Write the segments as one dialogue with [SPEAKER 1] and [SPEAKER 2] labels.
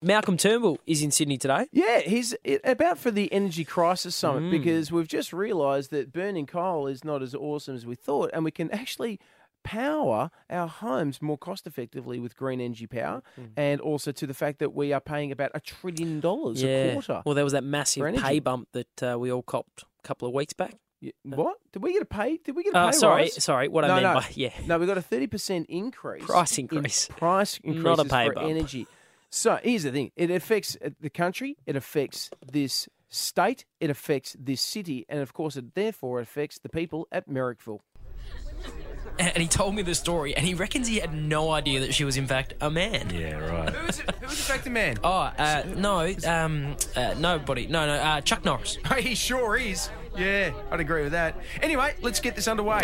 [SPEAKER 1] Malcolm Turnbull is in Sydney today.
[SPEAKER 2] Yeah, he's i- about for the energy crisis summit
[SPEAKER 1] Mm.
[SPEAKER 2] because we've just realised that burning coal is not as awesome as we thought, and we can actually power our homes more cost effectively with green energy power,
[SPEAKER 1] Mm-hmm.
[SPEAKER 2] and also to the fact that we are paying about a trillion dollars a quarter.
[SPEAKER 1] Well, there was that massive
[SPEAKER 2] for energy.
[SPEAKER 1] pay bump that uh, we all copped a couple of weeks back.
[SPEAKER 2] Y- what did we get a pay? Did we get a pay
[SPEAKER 1] Uh, sorry,
[SPEAKER 2] rise?
[SPEAKER 1] sorry. What I meant
[SPEAKER 2] no.
[SPEAKER 1] by yeah,
[SPEAKER 2] No, we got a thirty percent increase.
[SPEAKER 1] Price
[SPEAKER 2] in
[SPEAKER 1] increase.
[SPEAKER 2] price
[SPEAKER 1] Not a
[SPEAKER 2] increases
[SPEAKER 1] pay
[SPEAKER 2] for
[SPEAKER 1] bump.
[SPEAKER 2] energy. So here's the thing: it affects uh, the country, it affects this state, it affects this city, and of course, it therefore affects the people at Merrickville.
[SPEAKER 3] and he told me the story, and he reckons he had no idea that she was in fact a man.
[SPEAKER 4] Yeah, right.
[SPEAKER 5] Who's the factor man?
[SPEAKER 3] Oh uh, no, um, uh, nobody, no, no, uh, Chuck Norris.
[SPEAKER 5] He sure is. Yeah, I'd agree with that. Anyway, let's get this underway.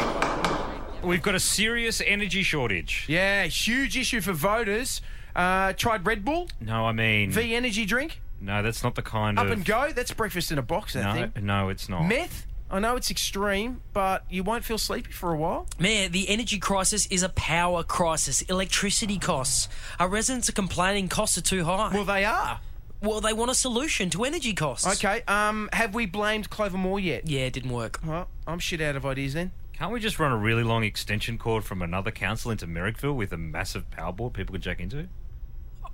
[SPEAKER 4] We've got a serious energy shortage.
[SPEAKER 5] Yeah, huge issue for voters. Uh, tried Red Bull,
[SPEAKER 4] No, I mean,
[SPEAKER 5] V energy drink,
[SPEAKER 4] no, that's not the kind
[SPEAKER 5] up
[SPEAKER 4] of.
[SPEAKER 5] and go. That's breakfast in a box, that
[SPEAKER 4] No,
[SPEAKER 5] thing.
[SPEAKER 4] no, it's not.
[SPEAKER 5] Meth, I know it's extreme, but you won't feel sleepy for a while.
[SPEAKER 3] Mayor, the energy crisis is a power crisis. Electricity costs. Our residents are complaining costs are too high.
[SPEAKER 5] Well, they are.
[SPEAKER 3] Well, they want a solution to energy costs.
[SPEAKER 5] Okay, um, have we blamed Clover Moore yet?
[SPEAKER 3] Yeah, it didn't work.
[SPEAKER 5] Well, I'm shit out of ideas then.
[SPEAKER 4] Can't we just run a really long extension cord from another council into Merrickville with a massive power board people could jack into?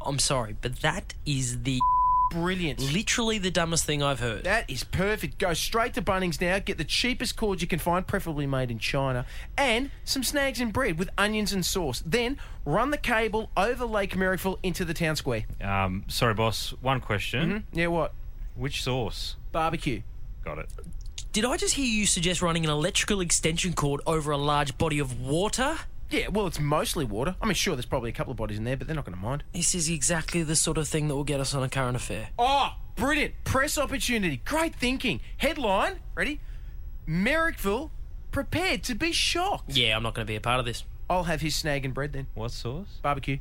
[SPEAKER 3] I'm sorry, but that is the
[SPEAKER 5] Brilliant.
[SPEAKER 3] literally the dumbest thing I've heard.
[SPEAKER 5] That is perfect. Go straight to Bunnings now. Get the cheapest cord you can find, preferably made in China, and some snags and bread with onions and sauce. Then run the cable over Lake Merrickville into the town square.
[SPEAKER 4] Um, sorry, boss. One question.
[SPEAKER 5] Yeah, what?
[SPEAKER 4] Which source?
[SPEAKER 5] Barbecue.
[SPEAKER 4] Got it.
[SPEAKER 3] Did I just hear you suggest running an electrical extension cord over a large body of water?
[SPEAKER 5] Yeah, well, it's mostly water. I mean, sure, there's probably a couple of bodies in there, but they're not going to mind.
[SPEAKER 3] This is exactly the sort of thing that will get us on a current affair.
[SPEAKER 5] Oh, brilliant. Press opportunity. Great thinking. Headline. Ready? Merrickville prepared to be shocked.
[SPEAKER 3] Yeah, I'm not going to be a part of this.
[SPEAKER 5] I'll have his snag and bread then.
[SPEAKER 4] What source?
[SPEAKER 5] Barbecue.